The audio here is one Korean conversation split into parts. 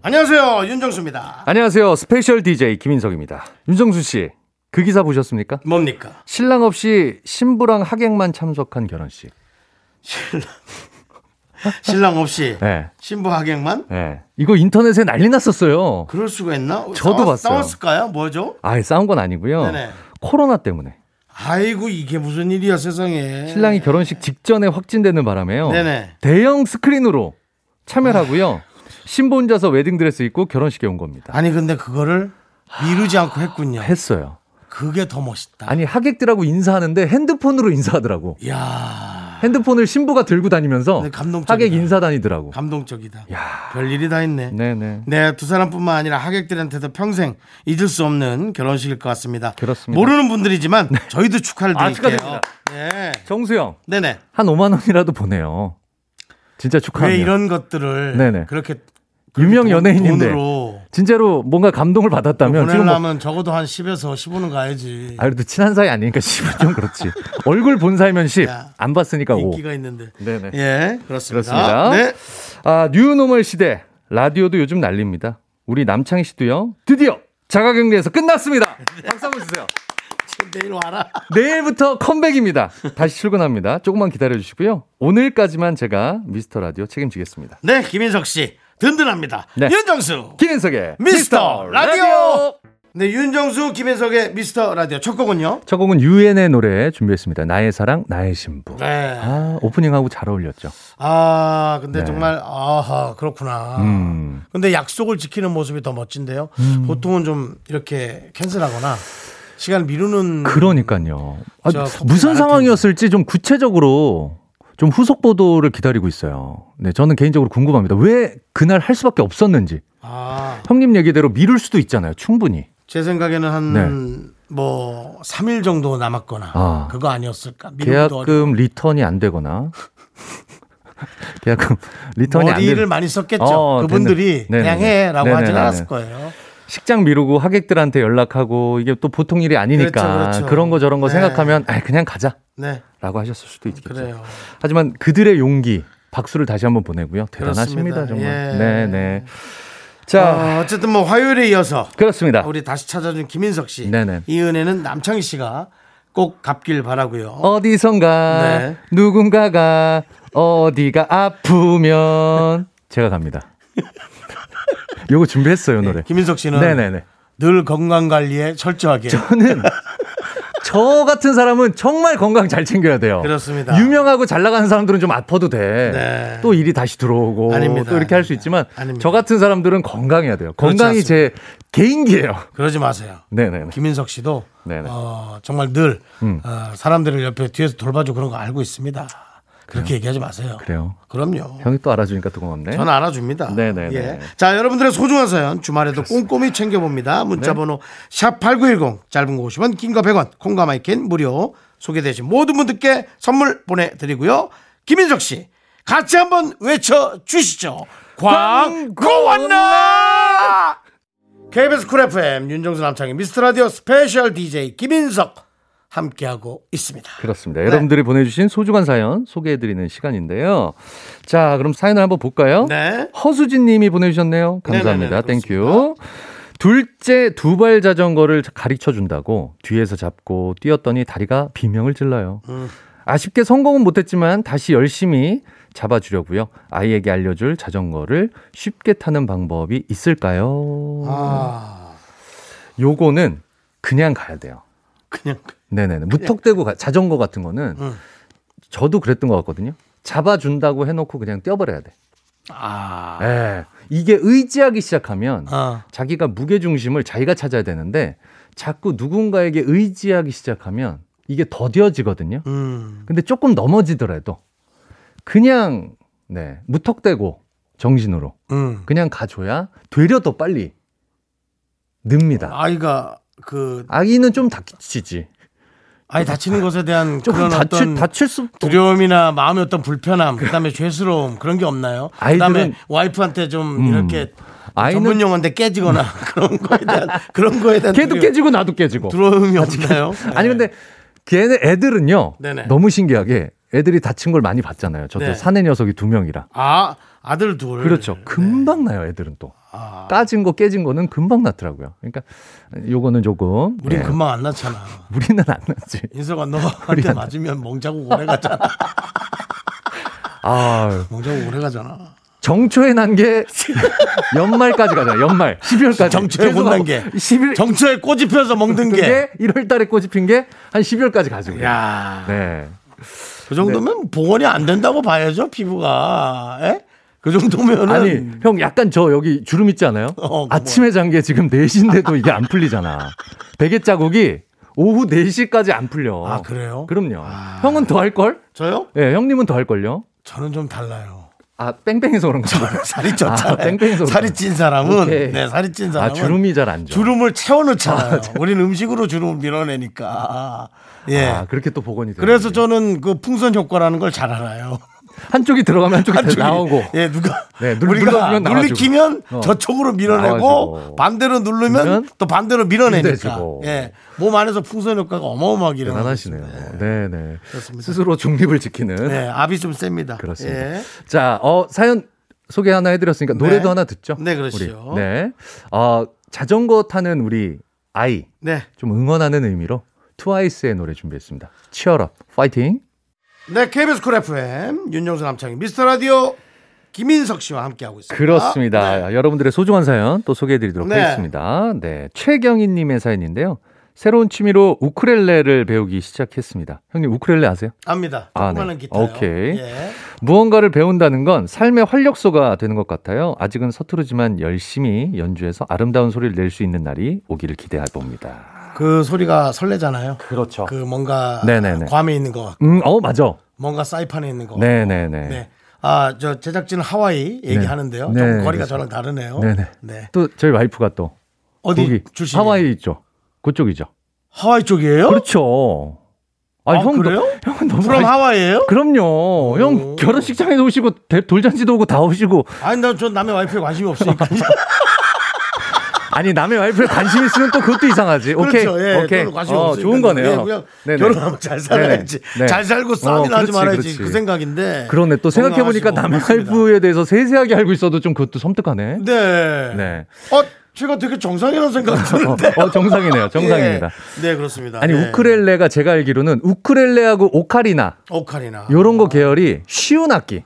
안녕하세요 윤정수입니다. 안녕하세요. 스페셜 DJ 김인석입니다. 윤정수 씨, 그 기사 보셨습니까? 뭡니까? 신랑 없이 신부랑 하객만 참석한 결혼식. 신랑 없이 네. 신부 하객만? 예. 이거 인터넷에 난리 났었어요. 그럴 수가 있나? 저도 봤어요. 싸웠을까요? 뭐죠? 아예 싸운 건 아니고요. 네네. 코로나 때문에. 아이고 이게 무슨 일이야 세상에. 신랑이 결혼식 직전에 확진되는 바람에요. 네. 네네. 대형 스크린으로 참여를 하고요. 신부 혼자서 웨딩드레스 입고 결혼식에 온 겁니다. 아니 근데 그거를 미루지 않고 했군요. 아, 했어요. 그게 더 멋있다. 아니, 하객들하고 인사하는데 핸드폰으로 인사하더라고. 이야 핸드폰을 신부가 들고 다니면서 네, 감동적이다. 하객 인사 다니더라고. 감동적이다. 별일이 다 있네. 네네. 네, 두 사람뿐만 아니라 하객들한테도 평생 잊을 수 없는 결혼식일 것 같습니다. 그렇습니다. 모르는 분들이지만 저희도 축하를 아, 드릴게요. 축하드립니다. 네. 정수영. 네네. 한 5만 원이라도 보내요. 진짜 왜 축하합니다. 이런 것들을 네네. 그렇게 유명 돈- 연예인인데 돈으로 진짜로 뭔가 감동을 받았다면 지금 뭐 보내려면 적어도 한 10에서 15는 가야지. 아, 그래도 친한 사이 아니니까 10은 좀 그렇지. 얼굴 본 사이면 10. 야. 안 봤으니까 5. 인기가 있는데. 네네. 예, 그렇습니다. 그렇습니다. 네. 아, 뉴노멀 시대. 라디오도 요즘 난립니다. 우리 남창희 씨도요. 드디어 자가격리에서 끝났습니다. 박수 한번 주세요. 내일 와라. 내일부터 컴백입니다. 다시 출근합니다. 조금만 기다려 주시고요. 오늘까지만 제가 미스터 라디오 책임지겠습니다. 네, 김인석 씨. 든든합니다. 네. 윤정수. 김인석의 미스터 미스터 라디오! 라디오. 네, 윤정수 김인석의 미스터 라디오 첫 곡은요. 첫 곡은 유엔의 노래 준비했습니다. 나의 사랑, 나의 신부. 네. 아, 오프닝하고 잘 어울렸죠. 아, 근데 네. 정말 아하, 그렇구나. 음. 근데 약속을 지키는 모습이 더 멋진데요. 보통은 좀 이렇게 캔슬하거나 시간 미루는 그러니까요. 아, 저 커플 무슨 많을 상황이었을지 좀 구체적으로 좀 후속 보도를 기다리고 있어요. 네, 저는 개인적으로 궁금합니다. 왜 그날 할 수밖에 없었는지. 아, 형님 얘기대로 미룰 수도 있잖아요. 충분히. 제 생각에는 한 뭐 삼 3일 정도 남았거나 네. 아. 그거 아니었을까? 미루기도 어려워. 계약금 그 리턴이 안 되거나 계약금 리턴이 안 머리를 되는 많이 썼겠죠. 어, 그분들이 네네. 그냥 네네네. 해라고 하진 네네네. 않았을 거예요. 식장 미루고 하객들한테 연락하고 이게 또 보통 일이 그렇죠, 아니니까 그렇죠. 그런거 저런 거 네. 생각하면 아 그냥 가자. 네, 라고 하셨을 수도 있겠죠. 그래요. 하지만 그들의 용기 박수를 다시 한번 보내고요. 대단하십니다, 그렇습니다. 정말. 예. 네, 네. 자, 어, 어쨌든 뭐 화요일에 이어서 그렇습니다. 우리 다시 찾아준 김인석 씨, 네네. 이은혜는 남창희 씨가 꼭 갚길 바라고요. 어. 어디선가 네. 누군가가 어디가 아프면 제가 갑니다. 요거 준비했어요, 노래. 김인석 씨는 네, 네, 네. 늘 건강 관리에 철저하게 저는 저 같은 사람은 정말 건강 잘 챙겨야 돼요. 그렇습니다. 유명하고 잘 나가는 사람들은 좀 아파도 돼. 네. 또 일이 다시 들어오고 아닙니다. 또 이렇게 할 수 아닙니다. 있지만 아닙니다. 저 같은 사람들은 건강해야 돼요. 건강이 제 개인기예요. 그러지 마세요. 네네. 김인석 씨도 네네. 음. 어, 정말 늘 어, 사람들을 옆에 뒤에서 돌봐주고 그런 거 알고 있습니다. 그렇게 얘기하지 마세요. 그래요. 그럼요. 형이 또 알아주니까 또 고맙네. 저는 알아줍니다. 예? 네네네. 예. 자, 여러분들의 소중한 사연 주말에도 꼼꼼히 챙겨봅니다. 네. 문자번호 샵8910 짧은 거 50원, 긴 거 100원, 콩과 마이캔 무료 소개되신 모든 분들께 선물 보내드리고요. 김인석 씨, 같이 한번 외쳐주시죠. 광고왔나 KBS 쿨 FM 윤정수 남창희 미스터라디오 스페셜 DJ 김인석 함께하고 있습니다. 그렇습니다. 여러분들이 보내주신 소중한 사연 소개해드리는 시간인데요. 자, 그럼 사연을 한번 볼까요? 네. 허수진 님이 보내주셨네요. 감사합니다. 네네네, 땡큐. 둘째 두 발 자전거를 가르쳐 준다고 뒤에서 잡고 뛰었더니 다리가 비명을 질러요. 아쉽게 성공은 못했지만 다시 열심히 잡아주려고요. 아이에게 알려줄 자전거를 쉽게 타는 방법이 있을까요? 아, 요거는 그냥 가야 돼요. 그냥 네네네. 무턱대고 가- 자전거 같은 거는 음. 저도 그랬던 것 같거든요. 잡아준다고 해놓고 그냥 뛰어버려야 돼. 아, 예. 이게 의지하기 시작하면 아. 자기가 무게중심을 자기가 찾아야 되는데 자꾸 누군가에게 의지하기 시작하면 이게 더뎌지거든요. 음. 근데 조금 넘어지더라도 그냥 네 무턱대고 정신으로 음. 그냥 가줘야 되려 더 빨리 늡니다. 아이가 그 아기는 좀 다치지. 아이 다치는 것에 대한 조금 그런 다칠 어떤 다칠 수 두려움이나 마음의 어떤 불편함, 그다음에 죄스러움 그런 게 없나요? 그다음에 아이들은- 음. 와이프한테 좀 이렇게 아이는- 음. 전문 용어인데 깨지거나 그런 거에 대한 그런 거에 대한 걔도 두려움- 깨지고 나도 깨지고. 두려움이 없나요? 아니 근데 걔네 애들은요. 네네. 너무 신기하게 애들이 다친 걸 많이 봤잖아요. 저도 네. 사내 녀석이 두 명이라. 아 아들 둘 그렇죠. 금방 나요, 애들은 또. 아. 까진 거 깨진 거는 금방 낫더라고요. 그러니까 요거는 조금 우린 예. 금방 안 낳잖아. 우리는 안 나지. 인석아 너한테 맞으면 멍자국 오래 가잖아. 아, 멍자국 오래 가잖아. 정초에 난 게 연말까지 가잖아요. 연말 12월까지. 정초에 못 난 게. 11 정초에 꽃이 피어서 먹는 게. 게 1월 달에 꽃이 핀 게 한 12월까지 가지고. 야. 네. 그 정도면 복원이 안 된다고 봐야죠 피부가. 에? 그 정도면은 아니, 형 약간 저 여기 주름 있지 않아요? 어, 그거. 아침에 잔 게 지금 4시인데도 이게 안 풀리잖아. 베개 자국이 오후 4시까지 안 풀려. 아, 그래요? 그럼요. 형은 더 할 걸? 저요? 예, 형님은 더 할 걸요? 저는 좀 달라요. 아, 뺑뺑이서 그런 거. 살이 쪘잖아요. 아, 뺑뺑이서 살이 찐 사람은 오케이. 네 살이 찐 아, 사람은 주름이 네. 잘 안 져. 주름을 채워놓잖아요. 우리는 음식으로 주름을 밀어내니까. 예. 아, 그렇게 또 복원이 돼. 그래서 저는 그 풍선 효과라는 걸 잘 알아요. 한쪽이 들어가면 한쪽이, 한쪽이, 나오고. 예 누가 네, 눌- 우리가 눌러주면 나와주고. 눌리키면 어. 저쪽으로 밀어내고 나와주고. 반대로 누르면 누르면 또 반대로 밀어내니까 밀어내주고. 예몸 안에서 풍선 효과가 어마어마하게 대단하시네요. 일어나고 있습니다. 네, 네. 그렇습니다. 스스로 중립을 지키는. 예, 네, 압이 좀 셉니다. 그렇습니다. 예. 자, 어, 사연 소개 하나 해드렸으니까 노래도 네. 하나 듣죠. 네, 그러시죠. 우리. 네. 어, 자전거 타는 우리 아이 네. 좀 응원하는 의미로 트와이스의 노래 준비했습니다. 치얼업, 파이팅. 네, KBS 쿨 FM 윤정수 남창희 미스터 라디오 김인석 씨와 함께하고 있습니다. 그렇습니다. 여러분들의 소중한 사연 또 소개해드리도록 아, 네. 하겠습니다. 네, 최경희님의 사연인데요. 새로운 취미로 우크렐레를 배우기 시작했습니다. 형님 우크렐레 아세요? 압니다. 아, 조그마한 네. 기타요. 오케이. 예. 무언가를 배운다는 건 삶의 활력소가 되는 것 같아요. 아직은 서투르지만 열심히 연주해서 아름다운 소리를 낼 수 있는 날이 오기를 기대해 봅니다. 그 소리가 설레잖아요. 그렇죠. 그 뭔가 네네네. 괌에 있는 것 같고 음, 어, 맞아. 뭔가 사이판에 있는 것 같고 네네네. 네. 아, 저 제작진 하와이 얘기하는데요. 네. 좀 네, 거리가 그렇습니다. 저랑 다르네요. 네네. 네. 또 저희 와이프가 또 어디 거기 출신? 하와이 있죠. 그쪽이죠. 하와이 쪽이에요? 그렇죠. 어? 아, 너- 그래요? 형은 너무 그럼 아이- 하와이에요? 그럼요. 형 결혼식장에도 오시고 대- 돌잔치도 오고 다 오시고 아니, 난전 남의 와이프에 관심이 없으니까. 아니 남의 와이프에 관심 있으면 또 그것도 이상하지. 오케이. 그렇죠. 예, 오케이. 별로 관심 어, 없으니까. 좋은 거네요. 예, 그냥 네네. 결혼하면 잘 살아야지. 네네. 네. 잘 살고 싸움이나 어, 하지 그렇지, 말아야지. 그렇지. 그 생각인데. 그러네. 또 생각해 보니까 남의 건강하시고 맞습니다. 와이프에 대해서 세세하게 알고 있어도 좀 그것도 섬뜩하네. 네. 네. 어, 제가 되게 정상이라는 생각이 어, 드는데. 어, 정상이네요. 정상입니다. 예. 네, 그렇습니다. 아니 네. 우크렐레가 제가 알기로는 우크렐레하고 오카리나 오카리나. 아. 요런 거 계열이 쉬운 악기.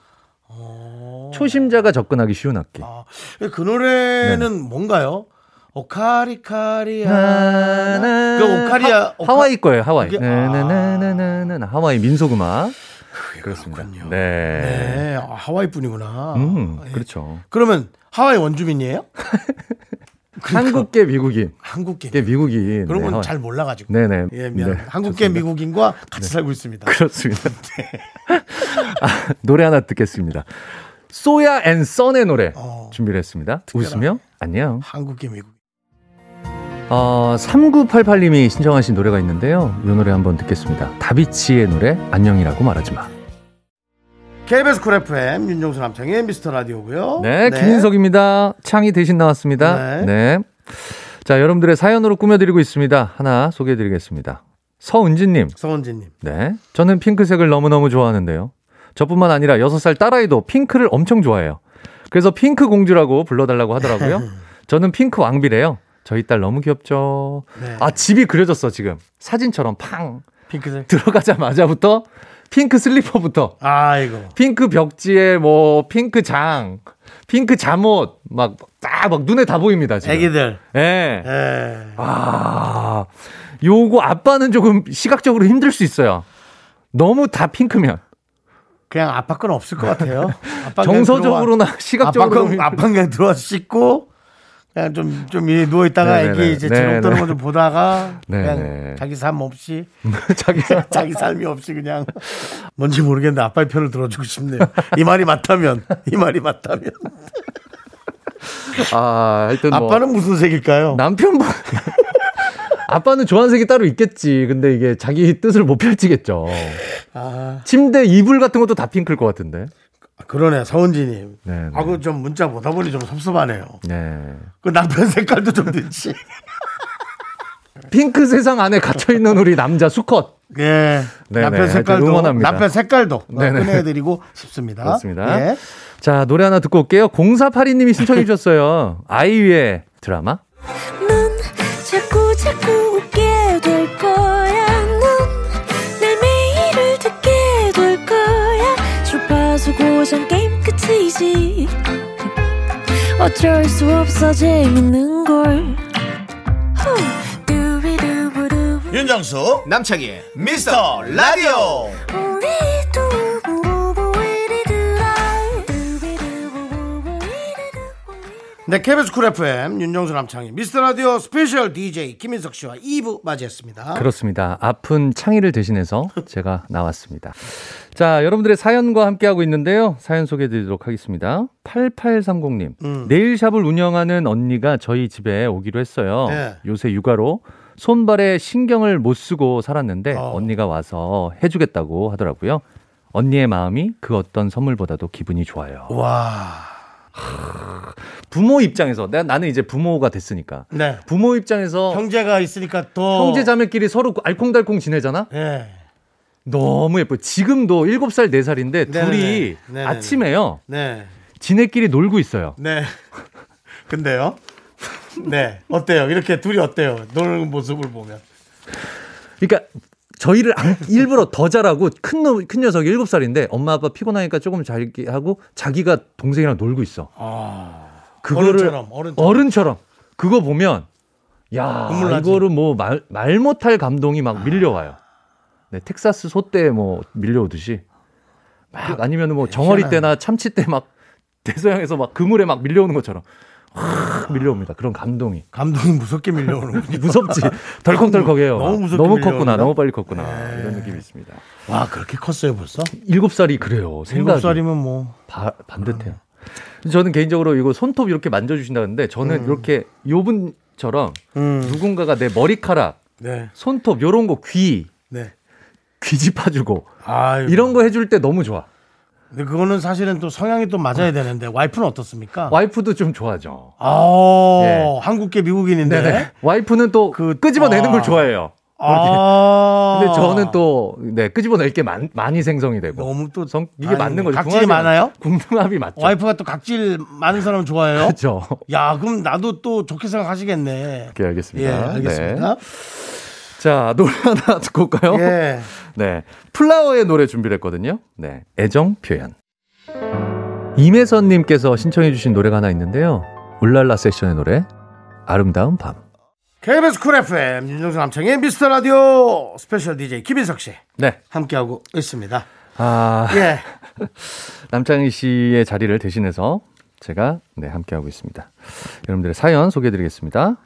초심자가 접근하기 쉬운 악기. 어. 아, 그 네. 노래는 뭔가요? 오카리카리아. 나나. 그 오카리아. 하, 와이 거예요, 하와이. 그게- 아, 나나나나나나 하와이 민속 음악. 그렇습니다. 그렇군요. 네. 네, 아, 하와이 분이구나. 음, 예. 그렇죠. 그러면 하와이 원주민이에요? 한국계 미국인. 한국계. 계 미국인. 그러니까 그런 네, 건 하와이. 잘 몰라가지고. 네네. 예, 미안. 네, 한국계 좋습니다. 네. 미국인과 같이 살고 있습니다. 그렇습니다. 네. 아, 노래 하나 듣겠습니다. 소야 앤 선의 노래 어. 준비를 했습니다. 웃으며 안녕. 한국계 미국. 어, 3988님이 신청하신 노래가 있는데요. 이 노래 한번 듣겠습니다. 다비치의 노래 안녕이라고 말하지 마. KBS 쿨 FM 윤종수 남창의 미스터 라디오고요. 네, 김인석입니다. 창이 대신 나왔습니다. 네. 자, 여러분들의 사연으로 꾸며드리고 있습니다. 하나 소개해드리겠습니다. 서은진님. 성원진님. 네. 저는 핑크색을 너무너무 좋아하는데요. 저뿐만 아니라 6살 딸아이도 핑크를 엄청 좋아해요. 그래서 핑크 공주라고 불러달라고 하더라고요. 저는 핑크 왕비래요. 저희 딸 너무 귀엽죠. 네. 아, 집이 그려졌어, 지금. 사진처럼 팡. 핑크색. 들어가자마자부터 핑크 슬리퍼부터 아이고. 핑크 벽지에 뭐 핑크 장, 핑크 잠옷 막 딱 막 눈에 다 보입니다 지금. 애기들. 예. 예. 아, 요거 아빠는 조금 시각적으로 힘들 수 있어요. 너무 다 핑크면 그냥 아빠 건 없을 것 같아요. 아빠 그냥 네. 정서적으로나 들어와- 아빠 시각적으로 건 아빠 그냥 들어와 씻고 그냥 좀좀 누워 있다가 네네네. 애기 이제 네네. 재롱 떠는 거 좀 보다가 그냥 네네. 자기 삶 없이 자기 자기 삶이 없이 그냥 뭔지 모르겠는데 아빠의 편을 들어주고 싶네요. 이 말이 맞다면 이 말이 맞다면 아, 하여튼 그 뭐 아빠는 무슨 색일까요? 남편분 아빠는 좋아하는 색이 따로 있겠지. 근데 이게 자기 뜻을 못 펼치겠죠. 아, 침대 이불 같은 것도 다 핑크일 것 같은데. 그러네, 서은지님. 네, 네. 아, 그 좀 문자 보다 보니 좀 섭섭하네요. 네. 그 남편 색깔도 좀 넣지. 핑크 세상 안에 갇혀 있는 우리 남자 수컷. 예. 네네, 남편 하여튼 색깔도 응원합니다. 남편 색깔도 네네. 꺼내드리고 싶습니다. 그렇습니다. 예. 자, 노래 하나 듣고 올게요. 0482님이 신청해 주셨어요. 아이유의 드라마. 넌 자꾸 자꾸 웃게 될 거야. 넌내 매일을 듣게 될 거야. 주파수 고정 게임 끝이지. 어쩔 수 없어 재밌는 걸. 후. 두비두부두. 윤정수 남창희의 미스터 라디오 우리 두부부부 우리 두라. 두비두부부부 우리 두부부. 네, KBS 쿨 FM 윤정수 남창희 미스터 라디오 스페셜 DJ 김인석 씨와 2부 맞이했습니다. 그렇습니다. 아픈 창의를 대신해서 제가 나왔습니다. 자, 여러분들의 사연과 함께하고 있는데요. 사연 소개해 드리도록 하겠습니다. 8830님. 음. 네일샵을 운영하는 언니가 저희 집에 오기로 했어요. 네. 요새 육아로 손발에 신경을 못 쓰고 살았는데 어. 언니가 와서 해주겠다고 하더라고요. 언니의 마음이 그 어떤 선물보다도 기분이 좋아요. 와, 부모 입장에서, 나, 나는 이제 부모가 됐으니까. 네. 부모 입장에서 형제가 있으니까 또 형제 자매끼리 서로 알콩달콩 지내잖아? 예. 너무 예뻐요. 지금도 7살, 4살인데 네네네. 둘이 네네네. 아침에요. 네. 지네끼리 놀고 있어요. 네. 근데요? 네. 어때요? 이렇게 둘이 어때요? 노는 모습을 보면. 그러니까 저희를 안- 일부러 더 잘하고 큰, 놈, 큰 녀석이 7살인데 엄마 아빠 피곤하니까 조금 잘게 하고 자기가 동생이랑 놀고 있어. 아. 어른처럼, 어른처럼. 어른처럼. 그거 보면 야, 눈물 나지? 아. 이거를 뭐 말 말 못할 감동이 막 밀려와요. 네, 텍사스 소때 뭐 밀려오듯이 막 아니면 뭐 정어리 때나 참치 때 막 대서양에서 막 그물에 막 밀려오는 것처럼 확 밀려옵니다. 그런 감동이. 감동이 무섭게 밀려오는군요. 무섭지. 덜컥덜컥해요. 너무 무섭게 컸구나. 밀려오는데? 네. 너무 빨리 컸구나. 이런 느낌이 있습니다. 와, 아, 그렇게 컸어요, 벌써? 일곱 살이 그래요. 생각이 일곱 살이면 음, 아. 뭐. 바- 반듯해요. 저는 개인적으로 이거 손톱 이렇게 만져주신다는데 저는 이렇게 요분처럼 음. 누군가가 내 머리카락, 네. 손톱 요런 거 귀, 네. 귀 짚어주고 아유. 이런 거 해줄 때 너무 좋아. 근데 그거는 사실은 또 성향이 또 맞아야 되는데 어. 와이프는 어떻습니까? 와이프도 좀 좋아하죠. 아, 예. 한국계 미국인인데. 네네. 와이프는 또 그- 끄집어내는 아. 걸 좋아해요. 아. 근데 저는 또 네, 끄집어낼 게 많, 많이 생성이 되고 너무 또 성- 이게 아니, 맞는 거죠. 각질이 궁합이 많아요? 맞- 궁합이 맞죠. 와이프가 또 각질 많은 사람 좋아해요? 그렇죠. 야, 그럼 나도 또 좋게 생각하시겠네. 오케이 예, 알겠습니다. 알겠습니다. 네. 자 노래 하나 듣고 올까요? 예. 네. 플라워의 노래 준비를 했거든요. 네. 애정 표현. 임혜선 님께서 신청해 주신 노래가 하나 있는데요. 울랄라 세션의 노래 아름다운 밤. KBS 쿨 FM 윤정수 남창의 미스터 라디오 스페셜 DJ 김인석 씨 네. 함께하고 있습니다. 아, 예. 남창희 씨의 자리를 대신해서 제가 네, 함께 하고 있습니다. 여러분들의 사연 소개해 드리겠습니다.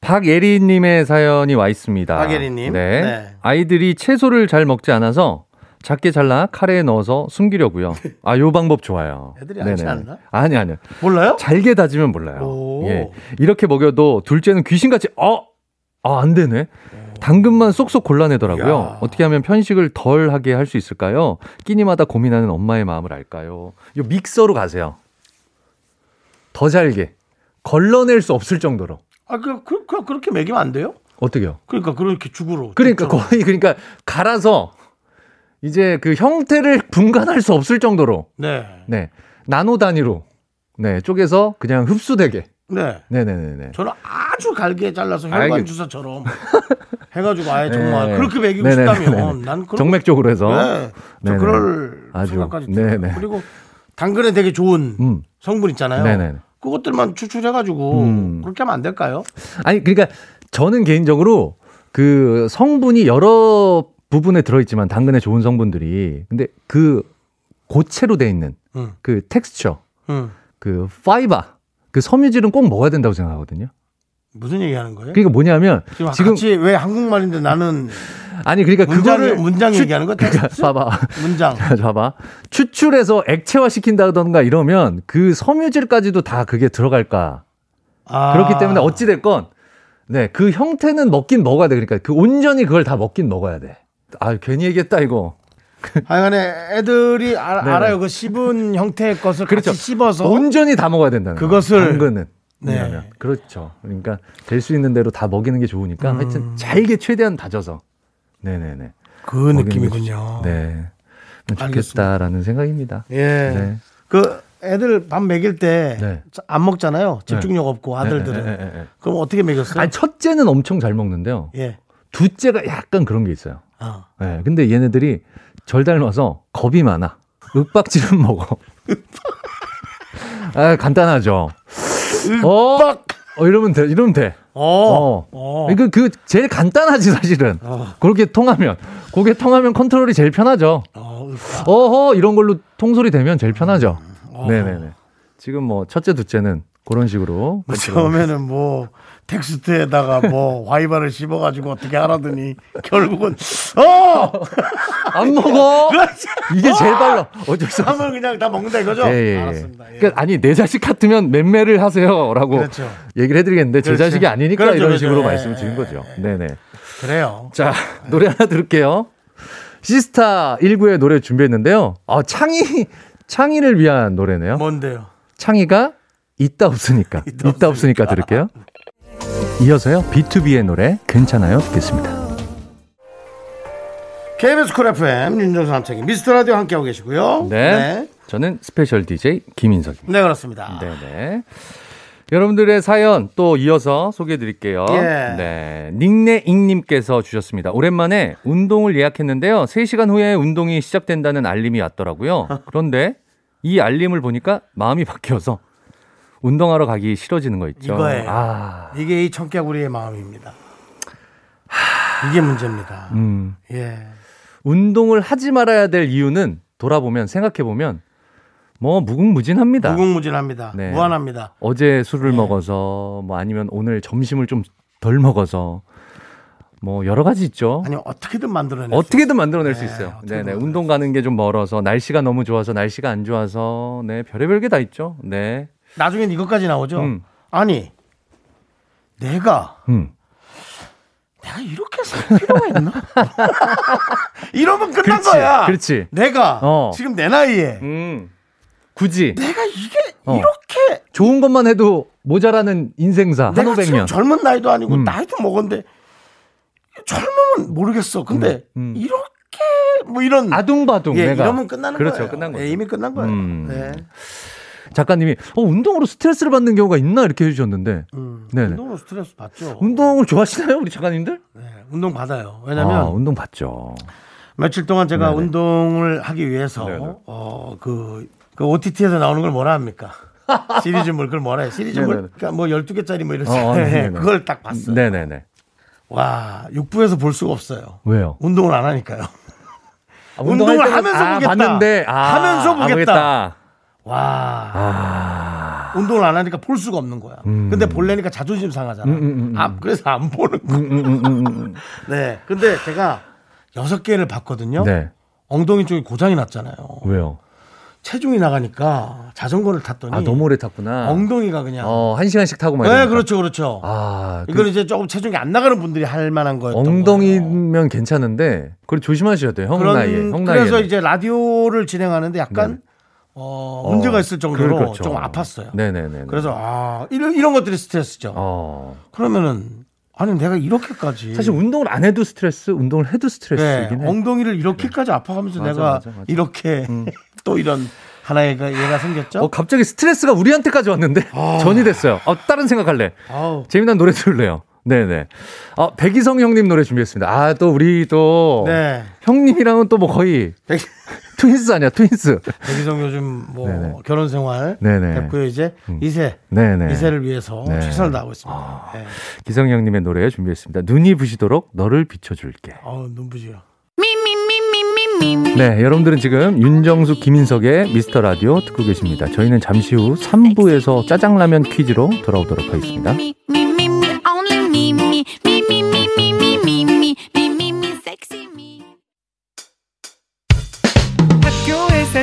박예리 님의 사연이 와 있습니다. 박예리 님. 네. 네. 아이들이 채소를 잘 먹지 않아서 작게 잘라 카레에 넣어서 숨기려고요. 아, 요 방법 좋아요. 애들이 알지 네네네. 않나? 아니, 아니요. 몰라요? 잘게 다지면 몰라요. 오. 예. 이렇게 먹여도 둘째는 귀신같이 어? 아, 안 되네. 당근만 쏙쏙 골라내더라고요. 야. 어떻게 하면 편식을 덜 하게 할 수 있을까요? 끼니마다 고민하는 엄마의 마음을 알까요? 요 믹서로 가세요. 더 잘게. 걸러낼 수 없을 정도로. 아, 그, 그, 그, 그렇게 먹이면 안 돼요? 어떻게요? 그러니까 그렇게 죽으로. 그러니까 죽처럼. 거의 그러니까 갈아서 이제 그 형태를 분간할 수 없을 정도로. 네. 네. 나노 단위로. 네. 쪼개서 그냥 흡수되게. 네. 네네네네. 저는 아주 갈게 잘라서 혈관 알겠- 주사처럼 해가지고 아예 정말 네. 그렇게 먹이고 네네네네. 싶다면 어, 난 그런 정맥 쪽으로 해서 네. 저 네네. 그럴 아주. 생각까지 네네. 들어요. 그리고 당근에 되게 좋은 음. 성분 있잖아요. 네네. 그것들만 추출해가지고 음. 그렇게 하면 안 될까요? 아니 그러니까 저는 개인적으로 그 성분이 여러 부분에 들어있지만 당근에 좋은 성분들이 근데 그 고체로 돼 있는 음. 그 텍스처 음. 그 파이버 그 섬유질은 꼭 먹어야 된다고 생각하거든요. 무슨 얘기하는 거예요? 그러니까 뭐냐면 지금, 지금 같이 왜 한국말인데 나는 아니 그러니까 문장, 그거를 문장 얘기하는 거 같아. 그러니까 봐봐. 문장. 봐봐. 추출해서 액체화 시킨다던가 이러면 그 섬유질까지도 다 그게 들어갈까. 아. 그렇기 때문에 어찌됐건, 네, 그 형태는 먹긴 먹어야 돼. 그러니까 그 온전히 그걸 다 먹긴 먹어야 돼. 아, 괜히 얘기했다, 이거. 하여간에 애들이 알, 네네. 아요그 씹은 형태의 것을 그렇죠. 같이 씹어서 온전히 다 먹어야 된다는 거예요. 그것을- 당근은. 네. 왜냐면. 그렇죠. 그러니까 될 수 있는 대로 다 먹이는 게 좋으니까 음. 하여튼 잘게 최대한 다져서. 네네네. 그 먹이는 게 느낌이군요. 좋- 어, 네. 알겠습니다. 좋겠다라는 생각입니다. 예. 네. 그 애들 밥 먹일 때 안 네. 먹잖아요. 집중력 없고 아들들은. 네, 네, 네, 네, 네. 그럼 어떻게 먹였어요? 아니, 첫째는 엄청 잘 먹는데요. 예. 둘째가 약간 그런 게 있어요. 아. 네, 근데 얘네들이 절 닮아서 겁이 많아. 윽박지는 먹어. 아, 간단하죠. 어, 어, 이러면 돼, 이러면 돼. 어. 어. 아. 어. 그러니까 그 제일 간단하지 사실은. 그렇게 통하면 그게 통하면 컨트롤이 제일 편하죠. 어, 어허 이런 걸로 통솔이 되면 제일 편하죠. 네네네. 지금 뭐 첫째 둘째는 그런 식으로. 뭐 처음에는 뭐 텍스트에다가 뭐 와이바를 씹어가지고 어떻게 하라더니 결국은 어 안 먹어. 이게 제일 빨라. 어쩔 수 없어. 하면 그냥 다 먹는다 이거죠. 예, 예, 예. 알았습니다. 예. 그러니까 아니 내 자식 같으면 맴매를 하세요라고 그렇죠. 얘기를 해드리겠는데 제 그렇죠. 자식이 아니니까 그렇죠, 이런 그렇죠. 식으로 예, 말씀을 예, 드린 거죠. 네네. 그래요. 자 노래 하나 들을게요. 시스타 19의 노래 준비했는데요. 아 창희 창희를 위한 노래네요. 뭔데요? 창희가 있다 없으니까 있다, 없으니까 들을게요. 이어서요 B2B의 노래 괜찮아요 듣겠습니다. KBS 쿨 FM 윤정수 남창희 미스터 라디오 함께하고 계시고요. 네. 네, 저는 스페셜 DJ 김인석입니다. 네, 그렇습니다. 네네. 여러분들의 사연 또 이어서 소개해 드릴게요. 예. 네. 닉네잉님께서 주셨습니다. 오랜만에 운동을 예약했는데요. 3시간 후에 운동이 시작된다는 알림이 왔더라고요. 그런데 이 알림을 보니까 마음이 바뀌어서 운동하러 가기 싫어지는 거 있죠. 이거예요. 아, 이게 이 청개구리의 마음입니다. 이게 문제입니다. 음. 예. 운동을 하지 말아야 될 이유는 돌아보면 생각해보면 뭐 무궁무진합니다. 무궁무진합니다. 네. 무한합니다. 어제 술을 네. 먹어서 뭐 아니면 오늘 점심을 좀 덜 먹어서 뭐 여러 가지 있죠. 아니 어떻게든 만들어내. 어떻게든 만들어낼 수 네, 있어요. 어떻게든 네, 네. 만들어낼 운동 가는 게 좀 멀어서 날씨가 너무 좋아서 날씨가 안 좋아서 네, 별의별 게 다 있죠. 네. 나중엔 이것까지 나오죠. 음. 아니 내가 음. 내가 이렇게 살 필요가 있나? 이러면 끝난 그렇지, 거야. 네. 그렇지. 내가 어. 지금 내 나이에 음. 굳이 내가 이게 어. 이렇게 좋은 것만 해도 모자라는 인생사 한 내가 오백 지금 년 젊은 나이도 아니고 음. 나이도 먹었는데 젊으면 모르겠어. 근데 음, 음. 이렇게 뭐 이런 아둥바둥 예, 내가 이러면 끝나는 그렇죠. 거예요. 끝난 거죠. 예, 이미 끝난 거예요. 음. 네. 작가님이 어, 운동으로 스트레스를 받는 경우가 있나 이렇게 해 주셨는데. 음. 네네. 운동으로 스트레스 받죠. 운동을 좋아하시나요, 우리 작가님들? 네, 운동 받아요. 아, 왜냐면 운동 받죠. 며칠 동안 제가 네네. 운동을 하기 위해서 네네. 어, 그, 그 OTT에서 나오는 걸 뭐라 합니까? 시리즈물 그걸 뭐라 해? 시리즈물 네네네. 그러니까 뭐 12개짜리 뭐 이런 어, 어, 네, 네네네. 그걸 딱 봤어요. 네네네. 와, 육부에서 볼 수가 없어요. 왜요? 운동을 안 하니까요. 아, 운동을 운동할 때는- 하면서 아, 보겠다. 봤는데, 아, 하면서 아, 보겠다. 와. 아, 운동을 안 하니까 볼 수가 없는 거야. 근데 볼래니까 자존심 상하잖아. 음, 음, 음. 아, 그래서 안 보는 거. 음, 음, 음, 음, 음. 네. 근데 제가 여섯 개를 봤거든요. 네. 엉덩이 쪽이 고장이 났잖아요. 왜요? 체중이 나가니까 자전거를 탔더니 아, 너무 오래 탔구나. 엉덩이가 그냥. 어, 한 시간씩 타고 말이 네, 그렇죠, 그렇죠. 아, 그 이건 이제 조금 체중이 안 나가는 분들이 할 만한 거였던 거예요. 엉덩이면 괜찮은데, 그걸 조심하셔야 돼요. 형 그런 나이에. 형 나이에. 그래서 이제 라디오를 진행하는데 약간 어, 문제가 있을 정도로 좀 아팠어요. 네. 그렇죠. 네네네. 그래서 아 이런 이런 것들이 스트레스죠. 어. 그러면은 아니 내가 이렇게까지 사실 운동을 안 해도 스트레스, 운동을 해도 네, 스트레스이긴 해. 엉덩이를 이렇게까지 아파가면서 음. 맞아, 내가 맞아, 맞아. 이렇게 또 이런 하나의 가- 얘가 생겼죠. 어, 갑자기 스트레스가 우리한테까지 왔는데 아. 전이 됐어요. 어, 다른 생각할래. 아우. 재미난 노래 들을래요. 네네. 아, 백이성 형님 노래 준비했습니다. 아, 또 우리 또 네. 형님이랑은 또 뭐 거의 백- 트윈스 아니야, 트윈스. 백희성 요즘 뭐 네네. 결혼 생활 네네. 됐고요 이제 이세 네네. 이세를 위해서 네. 최선을 다하고 있습니다. 네. 기성 형님의 노래 준비했습니다. 눈이 부시도록 너를 비춰줄게. 어우 눈부지요. 네, 여러분들은 지금 윤정수, 김인석의 미스터 라디오 듣고 계십니다. 저희는 잠시 후 3부에서 짜장라면 퀴즈로 돌아오도록 하겠습니다. Me, me, me, me, only me, me, me, me, me, me, me, me, me, me, me, sexy. 회사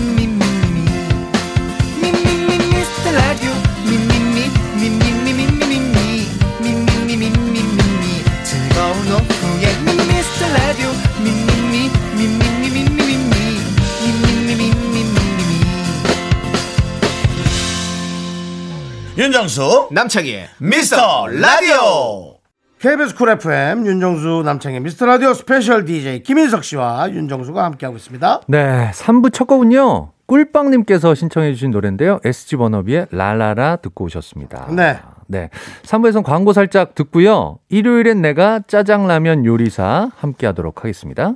윤정수 남창희의 미스터 라디오 KBS 쿨 FM 윤정수 남창의 미스터 라디오 스페셜 DJ 김인석 씨와 윤정수가 함께하고 있습니다. 네, 3부 첫 곡은요. 꿀빵님께서 신청해주신 노래인데요. SG 번업이의 라라라 듣고 오셨습니다. 네. 네. 3부에선 광고 살짝 듣고요. 일요일엔 내가 짜장라면 요리사 함께 하도록 하겠습니다.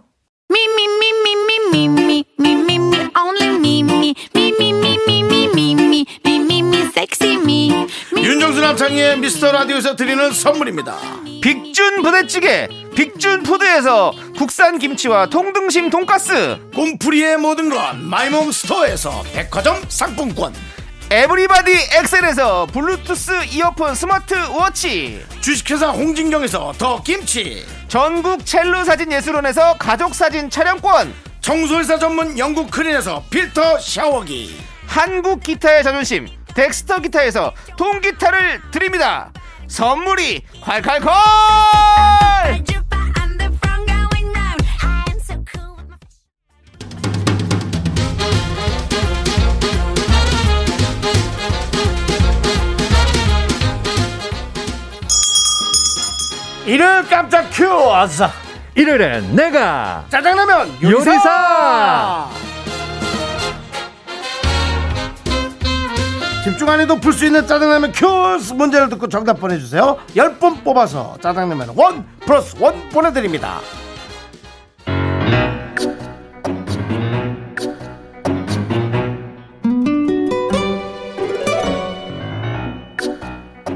Me, me, me, me, me, me, me, me, me, me, only me, me, me, me, me, me, me, me, me, me, me, me, sexy me. Me, 윤정수 남창의 미스터 라디오에서 드리는 선물입니다. 빅준 부대찌개 빅준푸드에서 국산 김치와 통등심 돈가스 꿈풀이의 모든 것 마이몽 스토어에서 백화점 상품권 에브리바디 엑셀에서 블루투스 이어폰 스마트 워치 주식회사 홍진경에서 더 김치 전국 첼로 사진 예술원에서 가족 사진 촬영권 청소회사 전문 영국 크린에서 필터 샤워기 한국 기타의 자존심 덱스터 기타에서 통기타를 드립니다 선물이 콸콸콸 Jupa, I'm the front going round. I am so cool with my 일요일 깜짝 큐 아싸 일요일엔 내가 짜장라면 요리사, 요리사! 집중 안 해도 풀 수 있는 짜장라면 큐 문제를 듣고 정답 보내주세요 10분 뽑아서 짜장라면 원 플러스 원 보내드립니다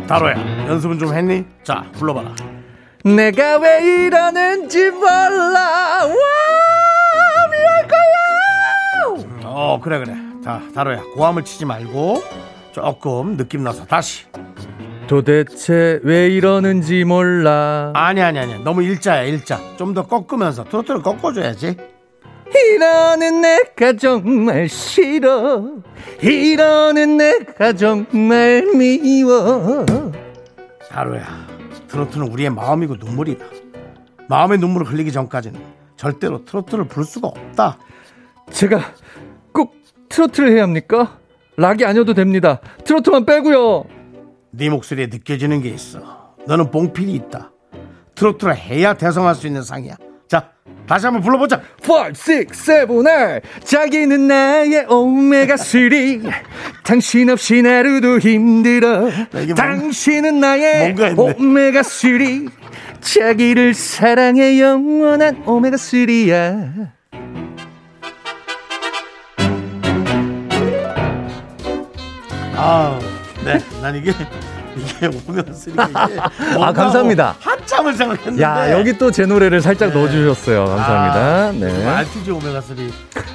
다로야 연습은 좀 했니? 자 불러봐라 내가 왜 이러는지 몰라. 와, 미할 거야. 어 그래 그래 자 다로야 고함을 치지 말고 조금 느낌 나서 다시 도대체 왜 이러는지 몰라. 아니 아니 아니 너무 일자야 일자 좀 더 꺾으면서 트로트를 꺾어줘야지 이러는 내가 정말 싫어 이러는 내가 정말 미워 다로야 트로트는 우리의 마음이고 눈물이다 마음의 눈물을 흘리기 전까지는 절대로 트로트를 부를 수가 없다 제가 꼭 트로트를 해야 합니까? 락이 아니어도 됩니다 트로트만 빼고요 네 목소리에 느껴지는 게 있어 너는 봉필이 있다 트로트를 해야 대성할 수 있는 상이야 자 다시 한번 불러보자 5, 6, 7, 8 자기는 나의 오메가 3 당신 없이 하루도 힘들어 이게 뭔- 당신은 나의 뭔가 했네. 오메가 3 자기를 사랑해 영원한 오메가 3야 아우 네난 이게 이게 오면 쓰리게 뭐 아, 감사합니다. 한참을 생각했는데 야 여기 또 제 노래를 살짝 넣어주셨어요. 네. 아, 감사합니다. 정말 네. RTG 오메가3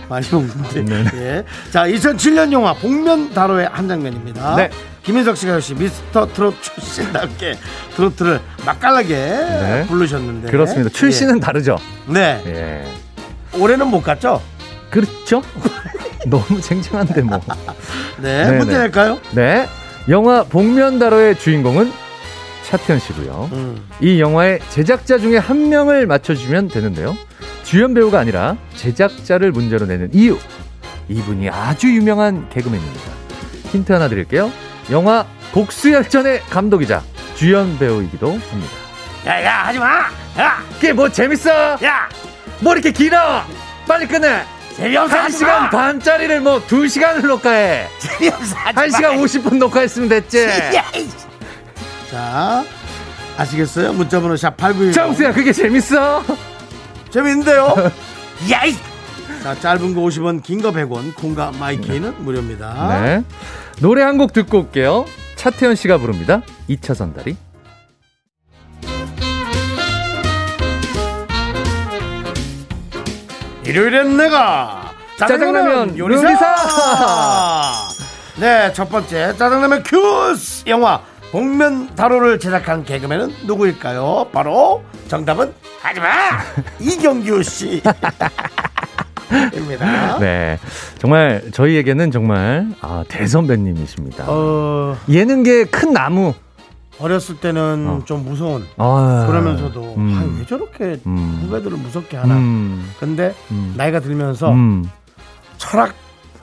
많이 먹는데. 예. 자, 2007년 영화 복면 다로의 한 장면입니다. 네. 김인석 씨가 역시 미스터 트롯 출신답게 트로트를 맛깔나게 부르셨는데. 네. 그렇습니다. 출신은 다르죠. 예. 네. 예. 올해는 못 갔죠? 그렇죠? 너무 쟁쟁한데 뭐. 네. 네, 문제 네. 낼까요? 네. 영화 복면다로의 주인공은 차태현 씨고요. 음. 이 영화의 제작자 중에 한 명을 맞춰주면 되는데요. 주연 배우가 아니라 제작자를 문제로 내는 이유. 이분이 아주 유명한 개그맨입니다. 힌트 하나 드릴게요. 영화 복수열전의 감독이자 주연 배우이기도 합니다. 야, 야, 하지 마! 야! 이게 뭐 재밌어? 야! 뭐 이렇게 길어? 빨리 끝내. 재미없어! 한 하지 시간 마! 반짜리를 뭐 두 시간을 녹화해. 재미없어! 하지 한 마! 시간 오십 분 녹화했으면 됐지. 야, 이씨. 자, 아시겠어요? 문자번호 샵8910. 정수야 그게 재밌어? 재밌는데요? 야이! 자, 짧은 거 50원, 긴 거 100원, 콩과 마이키는 무료입니다. 네. 노래 한 곡 듣고 올게요. 차태현 씨가 부릅니다. 2차 선다리. 일요일엔 내가 짜장라면 짜장라면 요리사. 요리사! 네, 첫 번째 짜장라면 큐스 영화 복면 다로를 제작한 개그맨은 누구일까요? 바로 정답은 하지마 이경규 씨입니다. 어? 네. 정말 저희에게는 정말 아, 대선배님이십니다. 어, 예능계 큰 나무. 어렸을 때는 좀 무서운 아, 그러면서도 음. 아, 왜 저렇게 음. 후배들을 무섭게 하나. 음. 근데 음. 나이가 들면서 음. 철학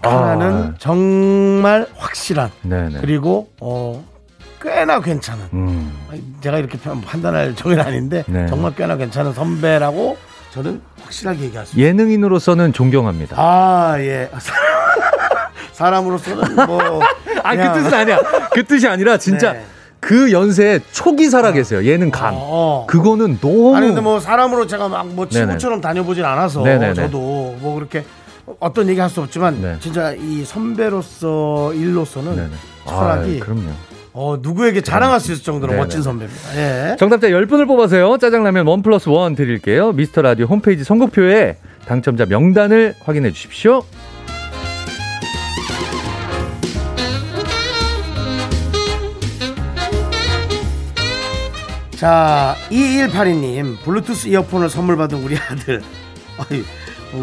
하나는 아. 정말 확실한 네네. 그리고 어 꽤나 괜찮은 음. 제가 이렇게 편- 판단할 정은 아닌데 네. 정말 꽤나 괜찮은 선배라고 저는 확실하게 얘기할 수 있어요. 예능인으로서는 존경합니다. 아 예. 사람으로서는 뭐. 아, 그냥- 그 뜻은 아니야. 그 뜻이 아니라 진짜 네. 그 연세에 초기 살아계세요. 예능 감. 어, 어. 그거는 너무 아니 근데 뭐 사람으로 제가 막 뭐 네네. 친구처럼 다녀보진 않아서 네네네. 저도 뭐 그렇게 어떤 얘기 할 수 없지만 네. 진짜 이 선배로서 일로서는 네네. 철학이 아, 그럼요. 어, 누구에게 자랑할 수 있을 정도로 네네. 멋진 선배입니다. 예. 정답자 10분을 뽑아서요. 짜장라면 원 플러스 원 드릴게요. 미스터 라디오 홈페이지 선곡표에 당첨자 명단을 확인해 주십시오. 자, 2182님, 블루투스 이어폰을 선물 받은 우리 아들. 어이,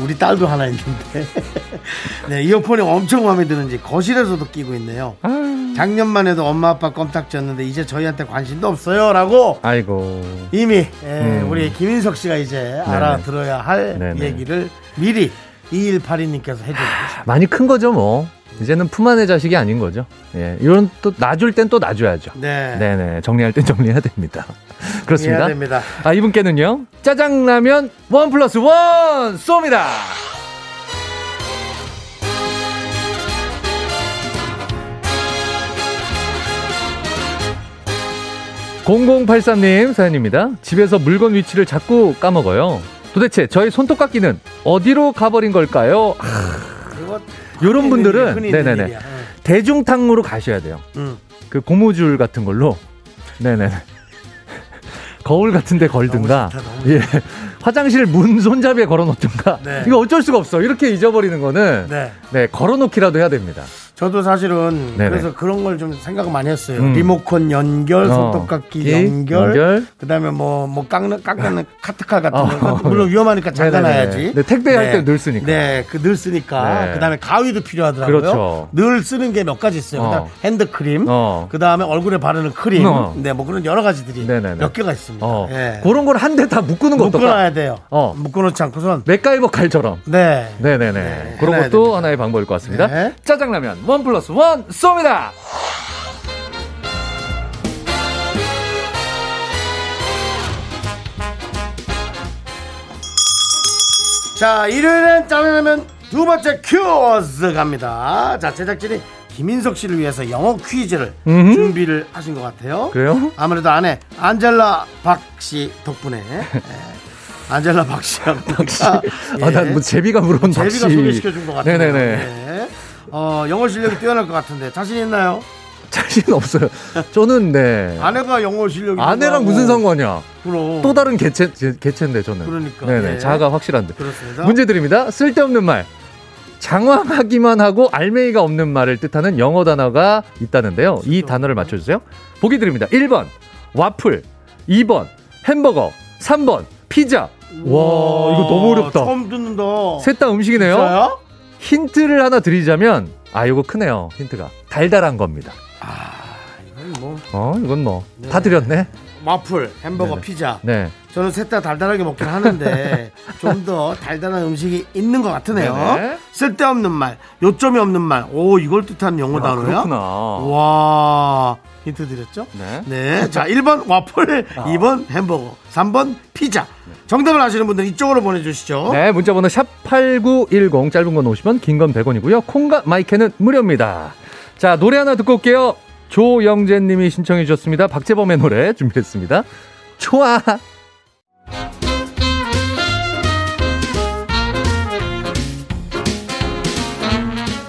우리 딸도 하나 있는데. 네, 이어폰이 엄청 마음에 드는지 거실에서도 끼고 있네요. 아, 작년만 해도 엄마 아빠 껌딱지였는데 이제 저희한테 관심도 없어요. 라고 아이고. 이미 예, 음. 우리 김인석 씨가 이제 알아들어야 할 네네. 아, 얘기를 미리 2182님께서 해주셨죠. 많이 큰 거죠, 뭐. 이제는 품 안의 자식이 아닌 거죠. 예. 이런 또 놔줄 땐 또 놔줘야죠. 네. 네네. 정리할 땐 정리해야 됩니다. 해야 그렇습니다. 됩니다. 아, 이분께는요. 짜장라면 원 플러스 원 쏩니다. (0083님) 사연입니다 집에서 물건 위치를 자꾸 까먹어요 도대체 저의 손톱깎이는 어디로 가버린 걸까요 아, 그거 요런 분들은 흔히 있는 네네네 일이야. 어. 응. 대중탕으로 가셔야 돼요 응. 그 고무줄 같은 걸로 네네 거울 같은데 걸든가 너무 싫다, 너무 예 화장실 문 손잡이에 걸어놓든가 네. 이거 어쩔 수가 없어 이렇게 잊어버리는 거는 네, 네. 걸어놓기라도 해야 됩니다 저도 사실은 네네. 그래서 그런 걸 좀 생각을 많이 했어요. 음. 리모컨 연결, 어, 손톱깎이 예, 연결, 연결. 아. 그다음에 뭐 뭐 깎는 깎는 카트칼 같은 거 어. 물론 위험하니까 잠가놔야지. 네네네. 네, 택배할 때늘 쓰니까. 네, 그늘 쓰니까. 네. 그다음에 가위도 필요하더라고요. 그렇죠. 늘 쓰는 게 몇 가지 있어요. 그다음 어. 핸드크림, 어. 그다음에 얼굴에 바르는 크림, 어. 네, 뭐 그런 여러 가지들이 네네네. 몇 개가 있습니다. 어 예. 그런 걸 한 대 다 묶는 거 어떨까 묶어놔야 돼요. 어. 묶어놓지 않고선 맥가이버 칼처럼 네. 네네네 네, 그런 해놔야 것도 됩니다. 하나의 방법일 것 같습니다 네. 짜장라면 원 플러스 원 쏩니다 자, 일요일엔 짜장라면 두 번째 퀴즈 갑니다. 자, 제작진이 김인석 씨를 위해서 영어 퀴즈를 음흠. 준비를 하신 것 같아요. 그래요? 아무래도 아내 안젤라 박 씨 덕분에 예, 안젤라 박 씨랑 아난뭐 제비가 물어본 예. 제비가 박씨. 소개시켜준 것 같아요. 네네네 예. 어, 영어 실력이 뛰어날 것 같은데 자신 있나요? 자신 없어요 저는 네 아내가 영어 실력이 아내랑 무슨 상관이야? 그럼 또 다른 개체 개- 개체인데 저는. 뭐. 어. 그러니까, 네네 예. 자아가 확실한데. 그렇습니다. 문제 드립니다. 쓸데없는 말. 장황하기만 하고 알맹이가 없는 말을 뜻하는 영어 단어가 있다는데요. 이 그렇죠. 단어를 맞춰주세요. 보기 드립니다. 1번 와플, 2번 햄버거, 3번 피자. 와 이거 너무 어렵다. 처음 듣는다. 셋 다 음식이네요. 진짜요? 힌트를 하나 드리자면 아 이거 크네요. 힌트가 달달한 겁니다. 아, 이건 뭐 어 이건 뭐 다 드렸네. 와플, 햄버거, 네네. 피자. 네. 저는 셋 다 달달하게 먹긴 하는데 좀 더 달달한 음식이 있는 것 같으네요. 네네. 쓸데없는 말, 요점이 없는 말. 오, 이걸 뜻하는 영어 아, 단어야? 그렇구나. 와, 힌트 드렸죠? 네. 자, 1번 와플, 아. 2번 햄버거, 3번 피자. 정답을 아시는 분들 이쪽으로 보내주시죠. 네, 문자번호 샵8910 짧은 건 50원, 긴 건 100원이고요. 콩과 마이크는 무료입니다. 자, 노래 하나 듣고 올게요. 조영재 님이 신청해 주셨습니다. 박재범의 노래 준비했습니다. 초아.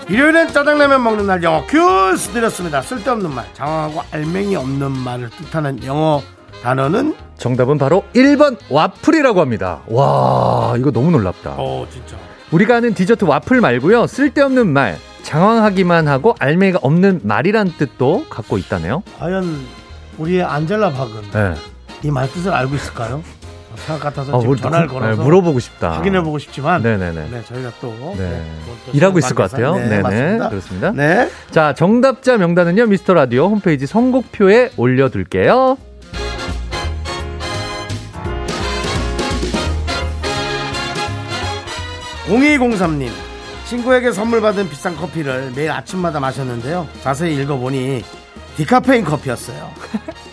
일요일엔 짜장라면 먹는 날 영어 큐스 드렸습니다. 쓸데없는 말, 장황하고 알맹이 없는 말을 뜻하는 영어 단어는 정답은 바로 1번 와플이라고 합니다. 와, 이거 너무 놀랍다. 어 진짜 우리가 아는 디저트 와플 말고요. 쓸데없는 말, 장황하기만 하고 알맹이가 없는 말이란 뜻도 갖고 있다네요. 과연 우리의 안젤라 박은 네. 이 말뜻을 알고 있을까요? 생각 같아서 아, 어, 지금 오늘 전화를 네, 걸어서 물어보고 싶다. 확인해 보고 싶지만 네네네. 네, 저희가 또 네, 네. 그건 또 시간 일하고 있을 것 같아요. 관계상. 네, 네. 맞습니다. 그렇습니다. 네. 자, 정답자 명단은요. 미스터 라디오 홈페이지 선곡표에 올려 둘게요. 공2 0 3님 친구에게 선물 받은 비싼 커피를 매일 아침마다 마셨는데요. 자세히 읽어보니 디카페인 커피였어요.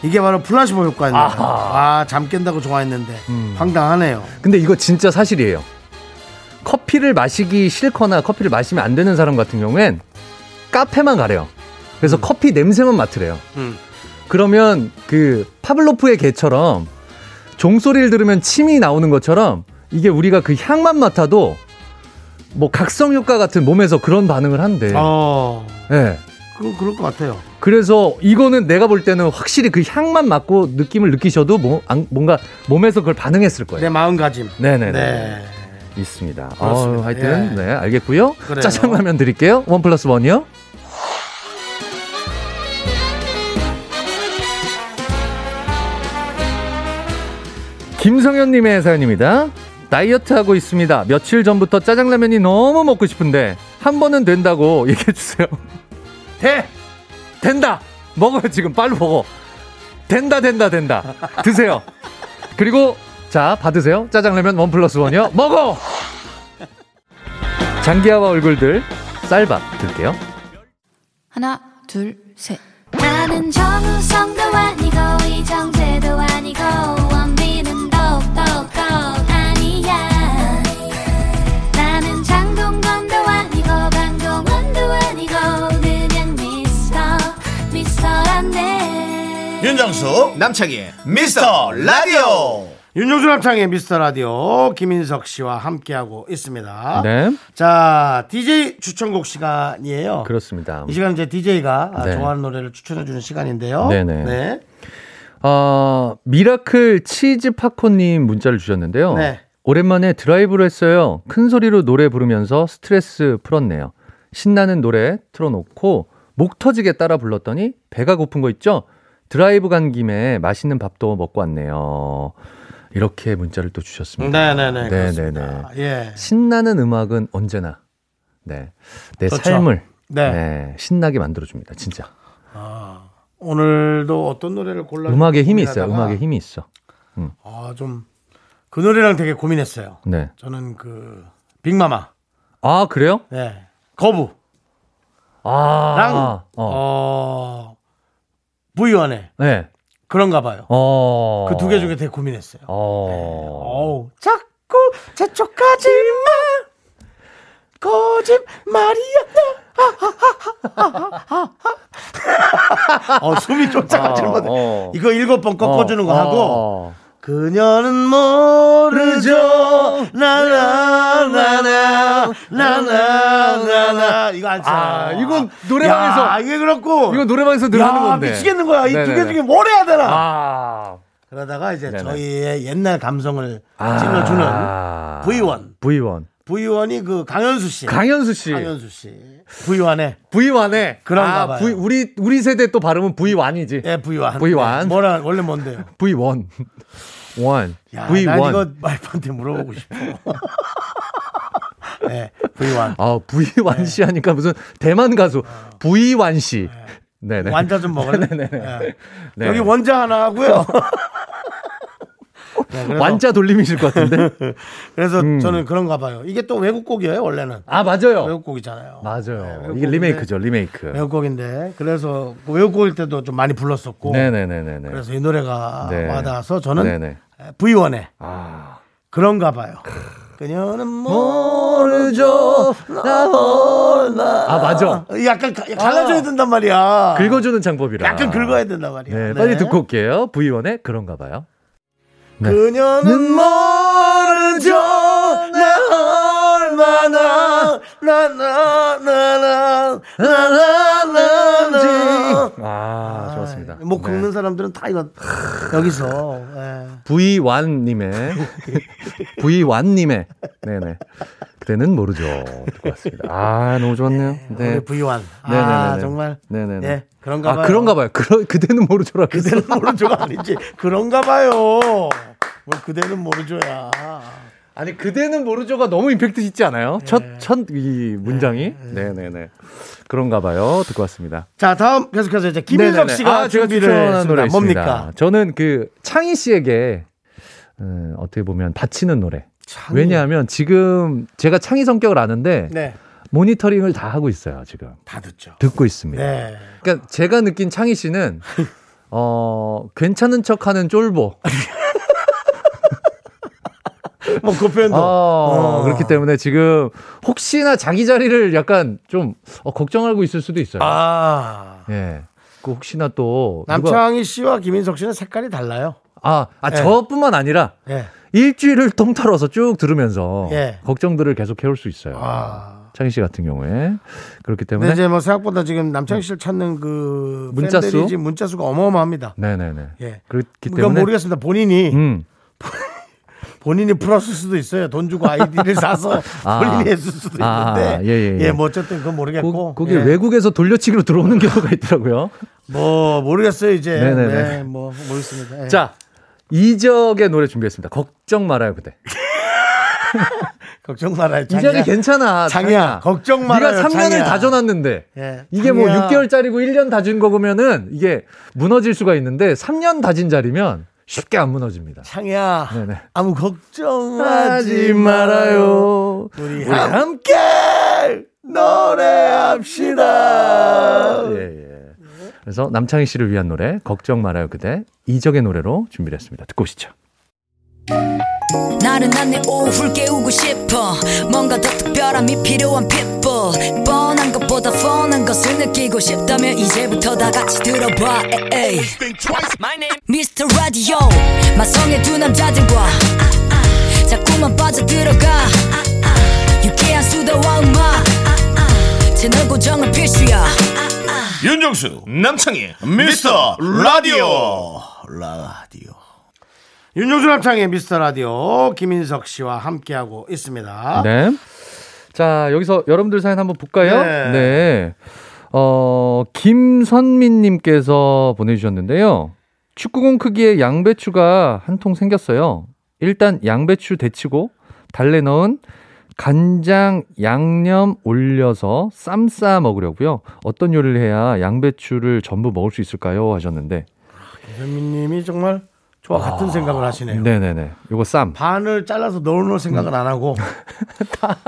이게 바로 플라시보 효과였네요. 아하. 아, 잠 깬다고 좋아했는데 음. 황당하네요. 근데 이거 진짜 사실이에요. 커피를 마시기 싫거나 커피를 마시면 안 되는 사람 같은 경우엔 카페만 가래요. 그래서 커피 냄새만 맡으래요. 음. 그러면 그 파블로프의 개처럼 종소리를 들으면 침이 나오는 것처럼 이게 우리가 그 향만 맡아도 뭐 각성 효과 같은 몸에서 그런 반응을 한대. 예. 어, 그 그럴 것 같아요. 그래서 이거는 내가 볼 때는 확실히 그 향만 맡고 느낌을 느끼셔도 뭐, 안- 뭔가 몸에서 그걸 반응했을 거예요. 내 마음가짐. 네. 네네네. 네. 있습니다. 그렇습니다. 어, 하여튼 예. 네 알겠고요. 그래요. 짜장라면 드릴게요. 원 플러스 원이요. 김성현님의 사연입니다. 다이어트 하고 있습니다. 며칠 전부터 짜장라면이 너무 먹고 싶은데 한 번은 된다고 얘기해 주세요. 돼 된다 먹어요 지금 빨리 먹어 된다 된다 된다 드세요. 그리고 자 받으세요 짜장라면 원 플러스 원이요 먹어 장기하와 얼굴들 쌀밥 들게요 하나, 둘, 셋. 나는 정우성도 아니고, 이정재도 아니고, 원빈은 더욱더 아니야. 나는 장동건도 아니고, 강동원도 아니고, 그냥 미스터, 미스터란데. 윤정수 남창희 미스터 라디오 윤종수 합창의 미스터 라디오 김인석 씨와 함께하고 있습니다. 네 자, DJ 추천곡 시간이에요. 그렇습니다 어. 이 시간 이제 DJ가 네. 좋아하는 노래를 추천해 주는 시간인데요. 네네. 네. 아 미라클 치즈 팝콘님 문자를 주셨는데요 네. 오랜만에 드라이브를 했어요 큰 소리로 노래 부르면서 스트레스 풀었네요 신나는 노래 틀어놓고 목 터지게 따라 불렀더니 배가 고픈 거 있죠 드라이브 간 김에 맛있는 밥도 먹고 왔네요 이렇게 문자를 또 주셨습니다 네네네. 음. 네네네. 그렇습니다. 예. 신나는 음악은 언제나 네. 내 그렇죠. 삶을 네. 네, 신나게 만들어 줍니다. 진짜. 오늘도 어떤 노래를 골라 음악에 힘이 있어요. 고민하다가, 음악에 힘이 있어. 아, 좀 그 노래랑 되게 고민했어요. 네. 저는 그 빅마마. 아, 그래요? 네. 거부랑 아. 어. 어. 부이원의 네. 그런가 봐요. 어. 그 두 개 중에 되게 고민했어요. 어. 어우, 자꾸 재촉하지 마. 거짓말이야. 어, 숨이 쫓아가질 못해. 어. 이거 일곱 번 꺾어주는 거 어. 하고 어. 그녀는 모르죠 나나나나 나나나나 이거 안 써. 아, 이건 노래방에서- 야, 이게 그렇고 이거 노래방에서 늘 야, 하는 건데. 미치겠는 거야. 이 두 개 네네네. 중에 뭘 해야 되나? 아. 그러다가 이제 네네. 저희의 옛날 감성을 아. 찔러주는 V1. V1. V1이 그 강현수 씨. 강현수 씨. 강현수 씨. V1의 V1의 그런가 아, 봐요. V- 우리 우리 세대 또 발음은 V1이지. 예, V1. V1. 네, 뭐라 원래 뭔데요? V1. 원. 야, V1. 난 이거 와이프한테 물어보고 싶어. 네, V1. 아, V1 네. 씨 하니까 무슨 대만 가수 V1 씨. 네, 네. 어. 완자 좀 먹을래? 예. 네. 여기 원자 하나 하고요. 네, 그래서- 완자 돌림이실 것 같은데. 그래서 저는 그런가 봐요. 이게 또 외국곡이에요, 원래는. 음. 아, 맞아요. 외국곡이잖아요. 맞아요. 네, 이게 외국곡인데- 리메이크죠, 리메이크. 외국곡인데 그래서 그 외국곡일 때도 좀 많이 불렀었고 네, 네, 네, 네, 네. 그래서 이 노래가 네. 와닿아서 저는 네, 네. V1의 아. 그런가 봐요. 그녀는 모르죠. 모르죠. 나 몰라. 아, 맞아. 약간 가- 갈라줘야 된단 말이야. 긁어주는 창법이라. 약간 긁어야 된단 말이야. 아. 네, 빨리 듣고 네. 올게요. V1의 그런가 봐요. 그녀는 음. 모르죠. 나 얼마나 나나나나나나나 아, 좋았습니다. 못 목 네. 긁는 사람들은 다 이건 여기서 예. V1님의 V1님의 네네 그때는 모르죠 듣고 왔습니다. 아 너무 좋았네요. 우리 네. V1. 아 네네네네. 정말. 네네네. 예, 그런가 봐요. 아, 그런가 봐요. 그러, 그대는 모르죠라. 그대는 모르죠가 아니지. 그런가 봐요. 뭐 그대는 모르죠야. 아니 그대는 모르죠가 너무 임팩트 있지 않아요? 예. 첫 첫 이 문장이. 네네네. 그런가 봐요. 듣고 왔습니다. 자 다음 계속해서 이제 김민석 네네네. 씨가 아, 제가 준비를 추천한 했습니다. 노래 뭡니까? 뭡니까? 저는 그 창희 씨에게 음, 어떻게 보면 바치는 노래. 창희. 왜냐하면 지금 제가 창희 성격을 아는데 네, 모니터링을 다 하고 있어요 지금 다 듣죠. 듣고 있습니다. 네. 그러니까 제가 느낀 창희 씨는 어 괜찮은 척하는 쫄보. 뭐 그 표현도. 어, 그렇기 때문에 지금 혹시나 자기 자리를 약간 좀 어, 걱정하고 있을 수도 있어요. 아. 예. 그 혹시나 또 누가- 남창희 씨와 김민석 씨는 색깔이 달라요. 아, 아 예. 저뿐만 아니라 예. 일주일을 통틀어서 쭉 들으면서 예. 걱정들을 계속 해올 수 있어요. 아. 창희 씨 같은 경우에 근데 그렇기 때문에 네. 이제 뭐 생각보다 지금 남창희 씨를 찾는 그 문자 수? 팬들이 지금 문자 수가 어마어마합니다. 네네네. 예. 그렇기 그건 때문에 모르겠습니다. 본인이 음. 본인이 풀었을 수도 있어요. 돈 주고 아이디를 사서 아. 본인이 했을 수도 아, 있는데 예, 예, 예. 뭐 어쨌든 그건 모르겠고 거, 기 예. 외국에서 돌려치기로 들어오는 경우가 있더라고요. 뭐 모르겠어요 이제 네, 네, 네, 네. 뭐 모르겠습니다. 예. 자, 이적의 노래 준비했습니다. 걱정 말아요, 그대. 걱정 말아요. 이적이 괜찮아. 장이야, 걱정 말아요, 네가 3년을 장이야. 다 줘놨는데. 예, 이게 뭐 장이야. 6개월짜리고 1년 다 준 거면은 이게 무너질 수가 있는데 3년 다진 자리면 쉽게 안 무너집니다. 창이야 네, 네. 아무 걱정하지 말아요. 우리, 함께 노래합시다. 예, 예. 그래서 남창희 씨를 위한 노래 걱정 말아요 그대 이적의 노래로 준비를 했습니다. 듣고 오시죠. 나른한 내 오후를 깨우고 싶어 뭔가 더 특별함이 필요한 people 뻔한 것보다 뻔한 것을 느끼고 싶다면 이제부터 다 같이 들어봐 에이. Mr. Radio 마성의 두 남자들과 자꾸만 빠져들어가 유쾌한 수다와 음악 채널 고정은 필수야 윤정수 남창희 미스터 라디오 라디오 윤종수 남창의 미스터 라디오 김인석 씨와 함께하고 있습니다. 네. 자, 여기서 여러분들 사연 한번 볼까요? 네. 네. 어, 김선민님께서 보내주셨는데요. 축구공 크기의 양배추가 한 통 생겼어요. 일단 양배추 데치고 달래 넣은 간장 양념 올려서 쌈 싸 먹으려고요. 어떤 요리를 해야 양배추를 전부 먹을 수 있을까요? 하셨는데. 현민님이 정말 저와 아, 같은 생각을 하시네요. 네네네. 요거 쌈. 반을 잘라서 넣어놓을 음. 생각은 안 하고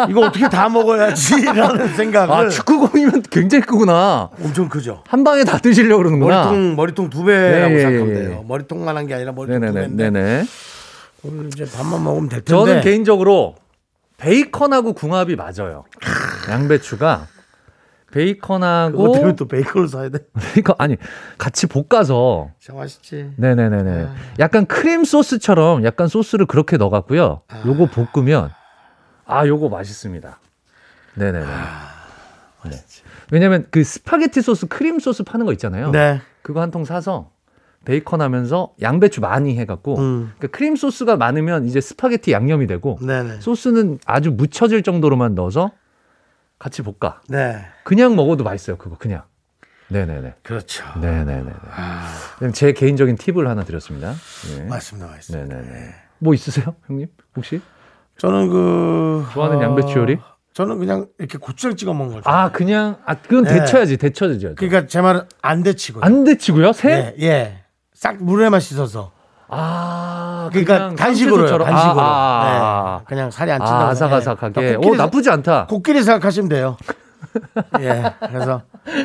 이거 어떻게 다 먹어야지라는 생각을 아, 축구공이면 굉장히 크구나. 엄청 크죠. 한 방에 다 드시려고 그러는구나. 머리통 머리통 두 배라고 예, 예, 생각하면 예, 돼요. 예. 머리통만 한 게 아니라 머리통 두 네네네. 배인데 네네. 오늘 이제 밥만 먹으면 될 텐데. 저는 개인적으로 베이컨하고 궁합이 맞아요. 양배추가 그거 베이컨하고 때문에 또 베이컨을 사야 돼. 베이컨 아니 같이 볶아서 참 맛있지. 아. 네네네네 약간 크림 소스처럼 약간 소스를 그렇게 넣어갖고요. 아. 요거 볶으면 아 요거 맛있습니다. 네네네. 아, 네. 왜냐면 그 스파게티 소스 크림 소스 파는 거 있잖아요. 네. 그거 한 통 사서 베이컨 하면서 양배추 많이 해갖고 음. 그러니까 크림 소스가 많으면 이제 스파게티 양념이 되고 네네. 소스는 아주 묻혀질 정도로만 넣어서 같이 볶아. 네. 그냥 먹어도 맛있어요. 그거 그냥. 네네네. 그렇죠. 네네네. 아. 그냥 제 개인적인 팁을 하나 드렸습니다. 네. 맛있습니다. 맛있습니다. 네네네. 뭐 있으세요, 형님? 혹시 저는 그 좋아하는 어, 양배추 요리? 저는 그냥 이렇게 고추장 찍어 먹는 거죠. 아 그냥 아 그건 네. 데쳐야지 데쳐야죠. 그러니까 제 말은 안 데치고. 안 데치고요? 새? 예. 예. 싹 물에만 씻어서. 아 그러니까 그냥 간식으로 쌈채소처럼. 간식으로. 아, 아, 아. 네. 그냥 살이 안 찐다고. 아, 예. 아삭아삭하게. 그러니까 오 코끼리 나쁘지 않다. 코끼리 생각하시면 돼요. 예. 그래서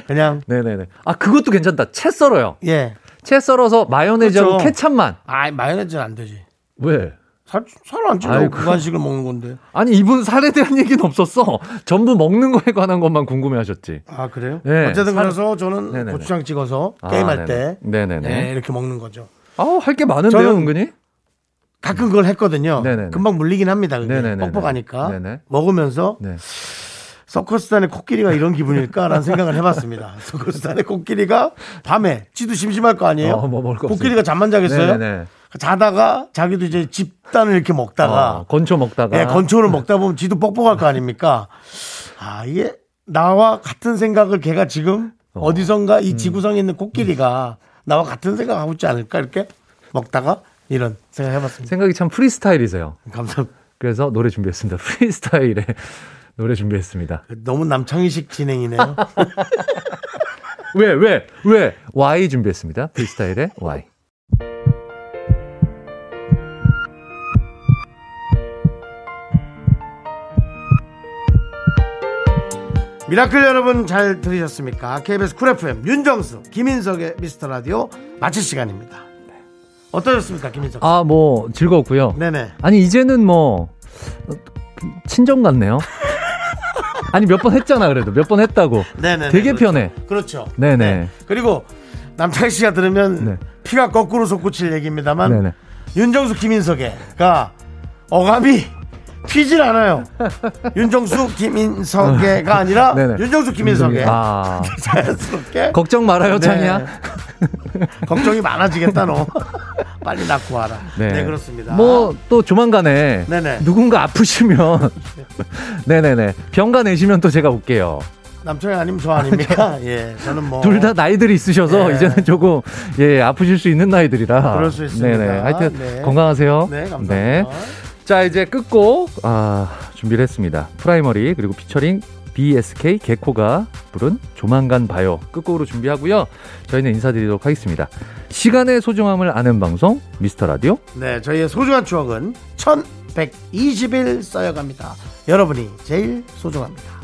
그냥 네네네. 아 그것도 괜찮다. 채 썰어요. 예. 채 썰어서 마요네즈하고 그렇죠. 케찹만. 아, 마요네즈는 안 되지. 왜? 살살안 찌려고 아이고. 그 간식을 먹는 건데. 아니 이분 살에 대한 얘기는 없었어. 전부 먹는 거에 관한 것만 궁금해하셨지. 아, 그래요? 네. 어쨌든 살- 그래서 저는 네네네. 고추장 찍어서 아, 게임할 네네. 때 네네네. 예, 이렇게 먹는 거죠. 아우 할 게 많은데요, 저는- 은근히. 가끔 그걸 했거든요. 네네네. 네. 금방 물리긴 합니다. 그게. 네네네네. 뻑뻑하니까 네네. 먹으면서 네. 서커스단의 코끼리가 이런 기분일까라는 생각을 해봤습니다. 서커스단의 코끼리가 밤에 지도 심심할 거 아니에요? 어, 뭐 먹을 거 코끼리가 없으니까. 잠만 자겠어요? 네네네. 자다가 자기도 이제 집단을 이렇게 먹다가 어, 건초 먹다가. 아. 예, 건초를 먹다 보면 지도 뻑뻑할 거 아닙니까? 아, 이게 나와 같은 생각을 걔가 지금 어. 디선가이 음. 지구상에 있는 코끼리가 나와 같은 생각하고 있지 않을까 이렇게 먹다가 이런 생각 해봤습니다. 생각이 참 프리스타일이세요. 감사합니다. 그래서 노래 준비했습니다. 프리스타일의 노래 준비했습니다. 너무 남창희식 진행이네요. 왜, 왜, 왜? Y 준비했습니다. 프리스타일의 Y. 미라클 여러분 잘 들으셨습니까? KBS 쿨 FM 윤정수 김인석의 미스터 라디오 마칠 시간입니다. 네. 어떠셨습니까, 김인석? 아, 뭐, 즐거웠고요. 네네. 아니, 이제는 뭐, 어, 그 친정 같네요. 아니, 몇 번 했잖아, 그래도. 몇 번 했다고. 네네. 되게 편해. 그렇죠. 네네. 그리고 남창희 씨가 들으면 네. 피가 거꾸로 솟구칠 얘기입니다만 네네. 윤정수 김인석의가 어감이 튀질 않아요. 윤정수 김인석의가 아니라 네네. 윤정수 김인석의 아, 자연스럽게 걱정 말아요, 네. 찬이야. 걱정이 많아지겠다 너 빨리 낳고 와라. 네, 그렇습니다. 뭐 또 조만간에 네네. 누군가 아프시면 네네네 병가 내시면 또 제가 올게요. 남편이 아니면 저 아닙니까? 예, 저는 뭐 둘 다 나이들이 있으셔서 예. 이제는 조금 예 아프실 수 있는 나이들이라. 그럴 수 있습니다. 네네. 하여튼 네. 건강하세요. 네, 감사합니다. 자 이제 끝곡 아 준비를 했습니다. 프라이머리 그리고 피처링 BSK 개코가 부른 조만간 봐요 끝곡으로 준비하고요. 저희는 인사드리도록 하겠습니다. 시간의 소중함을 아는 방송 미스터 라디오 네, 저희의 소중한 추억은 1120일 쌓여갑니다. 여러분이 제일 소중합니다.